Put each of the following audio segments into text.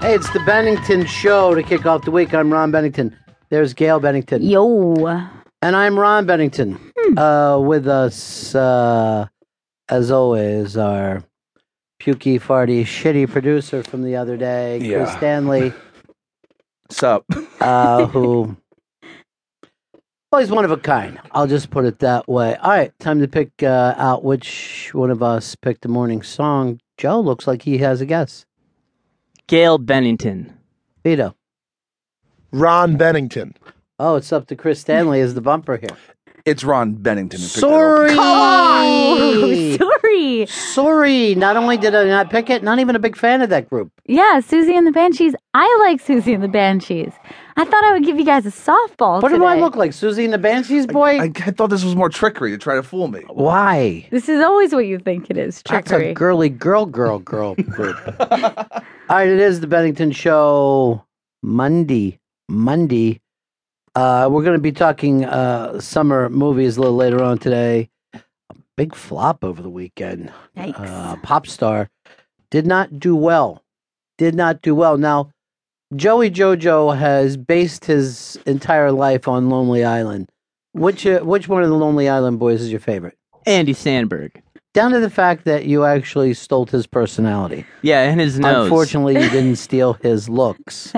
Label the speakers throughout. Speaker 1: Hey, it's the Bennington Show to kick off the week. I'm Ron Bennington. There's Gail Bennington.
Speaker 2: Yo.
Speaker 1: And I'm Ron Bennington. Uh, with us, uh, as always, our pukey, farty, shitty producer from the other day, Chris
Speaker 3: Yeah.
Speaker 1: Stanley,
Speaker 3: Sup?
Speaker 1: uh, who. Well, he's one of a kind. I'll just put it that way. All right, time to pick uh, out which one of us picked the morning song. Joe looks like he has a guess.
Speaker 4: Gail Bennington.
Speaker 1: Vito.
Speaker 5: Ron Bennington.
Speaker 1: Oh, it's up to Chris Stanley as the bumper here.
Speaker 3: It's Ron Bennington. who picked it up.
Speaker 1: Sorry.
Speaker 2: Oh, sorry.
Speaker 1: Sorry. Not only did I not pick it, not even a big fan of that group.
Speaker 2: Yeah, Susie and the Banshees. I like Susie and the Banshees. I thought I would give you guys a softball.
Speaker 1: What do I
Speaker 2: today.
Speaker 1: look like? Susie and the Banshees boy?
Speaker 3: I, I thought this was more trickery to try to fool me.
Speaker 1: Why?
Speaker 2: This is always what you think it is.
Speaker 1: That's
Speaker 2: Trickery.
Speaker 1: a girly girl, girl, girl group. All right, it is the Bennington Show Monday. Monday. Uh, we're going to be talking uh, summer movies a little later on today. A big flop over the weekend.
Speaker 2: Yikes.
Speaker 1: uh, pop star, did not do well. Did not do well. Now, Joey JoJo has based his entire life on Lonely Island. Which uh, which one of the Lonely Island boys is your favorite?
Speaker 4: Andy Sandberg.
Speaker 1: Down to the fact that you actually stole his personality.
Speaker 4: Yeah, and his nose.
Speaker 1: Unfortunately, you didn't steal his looks.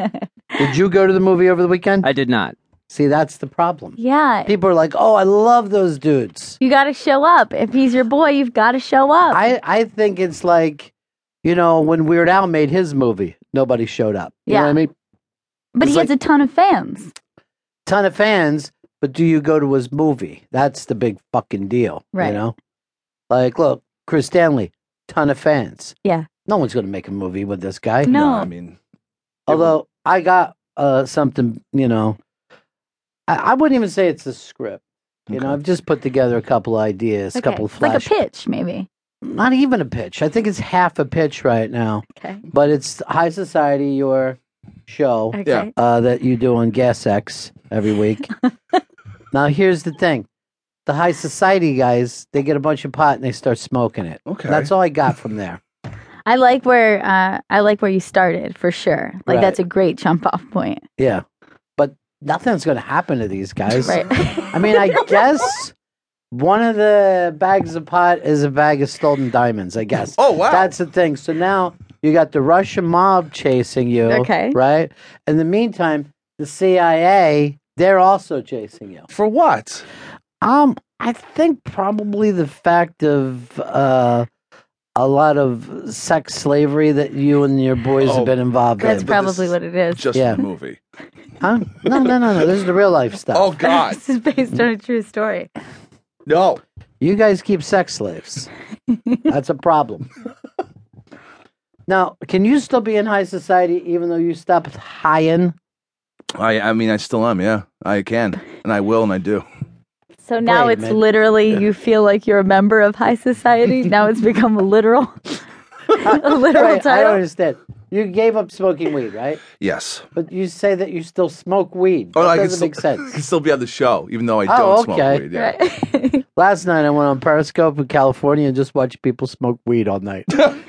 Speaker 1: did you go to the movie over the weekend?
Speaker 4: I did not.
Speaker 1: See, that's the problem.
Speaker 2: yeah.
Speaker 1: People are like, "Oh, I love those dudes."
Speaker 2: You got to show up. If he's your boy, you've got to show up.
Speaker 1: I, I think it's like, you know, when Weird Al made his movie, nobody showed up. You know
Speaker 2: Yeah.
Speaker 1: what I mean?
Speaker 2: but he
Speaker 1: it's
Speaker 2: has a ton of fans.
Speaker 1: Ton of fans, but do you go to his movie? That's the big fucking deal.
Speaker 2: Right.
Speaker 1: You know? Like, look, Chris Stanley, ton of fans.
Speaker 2: Yeah.
Speaker 1: No one's going to make a movie with this guy.
Speaker 2: No.
Speaker 3: I mean,
Speaker 1: Although I got uh, something, you know, I, I wouldn't even say it's a script. You know,
Speaker 3: Okay.
Speaker 1: I've just put together a couple ideas, a
Speaker 2: Okay.
Speaker 1: couple
Speaker 2: It's like a
Speaker 1: flash.
Speaker 2: pitch, maybe.
Speaker 1: Not even a pitch. I think it's half a pitch right now.
Speaker 2: Okay.
Speaker 1: but it's High Society, your show
Speaker 2: Okay.
Speaker 3: Yeah.
Speaker 1: uh, that you do on Gas X every week. now, here's the thing the High Society guys, they get a bunch of pot and they start smoking it.
Speaker 3: okay.
Speaker 1: That's all I got from there.
Speaker 2: I like where uh, I like where you started for sure. Like
Speaker 1: Right.
Speaker 2: that's a great jump off point.
Speaker 1: Yeah. But nothing's going to happen to these guys.
Speaker 2: Right.
Speaker 1: I mean, I guess one of the bags of pot is a bag of stolen diamonds, I guess.
Speaker 3: Oh, wow.
Speaker 1: That's the thing. So now you got the Russian mob chasing you.
Speaker 2: Okay.
Speaker 1: Right? In the meantime, the CIA, they're also chasing you.
Speaker 3: for what?
Speaker 1: Um, I think probably the fact of uh a lot of sex slavery that you and your boys
Speaker 3: Oh,
Speaker 1: have been involved
Speaker 2: that's
Speaker 1: in.
Speaker 3: but this
Speaker 2: probably
Speaker 3: is
Speaker 2: what it is.
Speaker 3: Just
Speaker 1: Yeah.
Speaker 3: the movie.
Speaker 1: Huh? No, no, no, no. This is the real life stuff.
Speaker 3: Oh God,
Speaker 2: This is based on a true story.
Speaker 3: no!
Speaker 1: You guys keep sex slaves. That's a problem. Now, can you still be in high society even though you stopped high
Speaker 3: I I mean, I still am. Yeah, I can, and I will, and I do.
Speaker 2: So now
Speaker 1: Wait a
Speaker 2: it's
Speaker 1: minute.
Speaker 2: literally you feel like you're a member of high society. now it's become a literal, a literal
Speaker 1: Wait, I don't
Speaker 2: title.
Speaker 1: understand. You gave up smoking weed, right?
Speaker 3: Yes.
Speaker 1: But you say that you still smoke weed.
Speaker 3: Oh, no,
Speaker 1: that
Speaker 3: I can
Speaker 1: doesn't
Speaker 3: still,
Speaker 1: make sense.
Speaker 3: Can still be on the show, even though I
Speaker 1: Oh,
Speaker 3: don't
Speaker 1: okay.
Speaker 3: smoke weed. Yeah.
Speaker 2: Right.
Speaker 1: Last night I went on Periscope in California and just watched people smoke weed all night.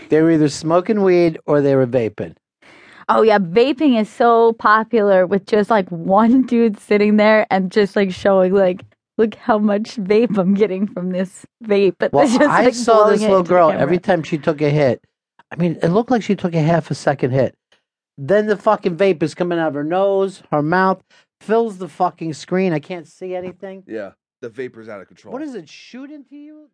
Speaker 1: they were either smoking weed or they were vaping.
Speaker 2: oh yeah, vaping is so popular with just like one dude sitting there and just like showing like. Look how much vape I'm getting from this vape. But
Speaker 1: Well,
Speaker 2: it's just,
Speaker 1: I
Speaker 2: like,
Speaker 1: saw
Speaker 2: blowing
Speaker 1: this
Speaker 2: it
Speaker 1: little
Speaker 2: into the
Speaker 1: girl
Speaker 2: camera.
Speaker 1: every time she took a hit. I mean, it looked like she took a half a second hit. Then the fucking vape is coming out of her nose, her mouth, fills the fucking screen. I can't see anything.
Speaker 3: Yeah. The vapor's out of control.
Speaker 1: What does it shoot into you?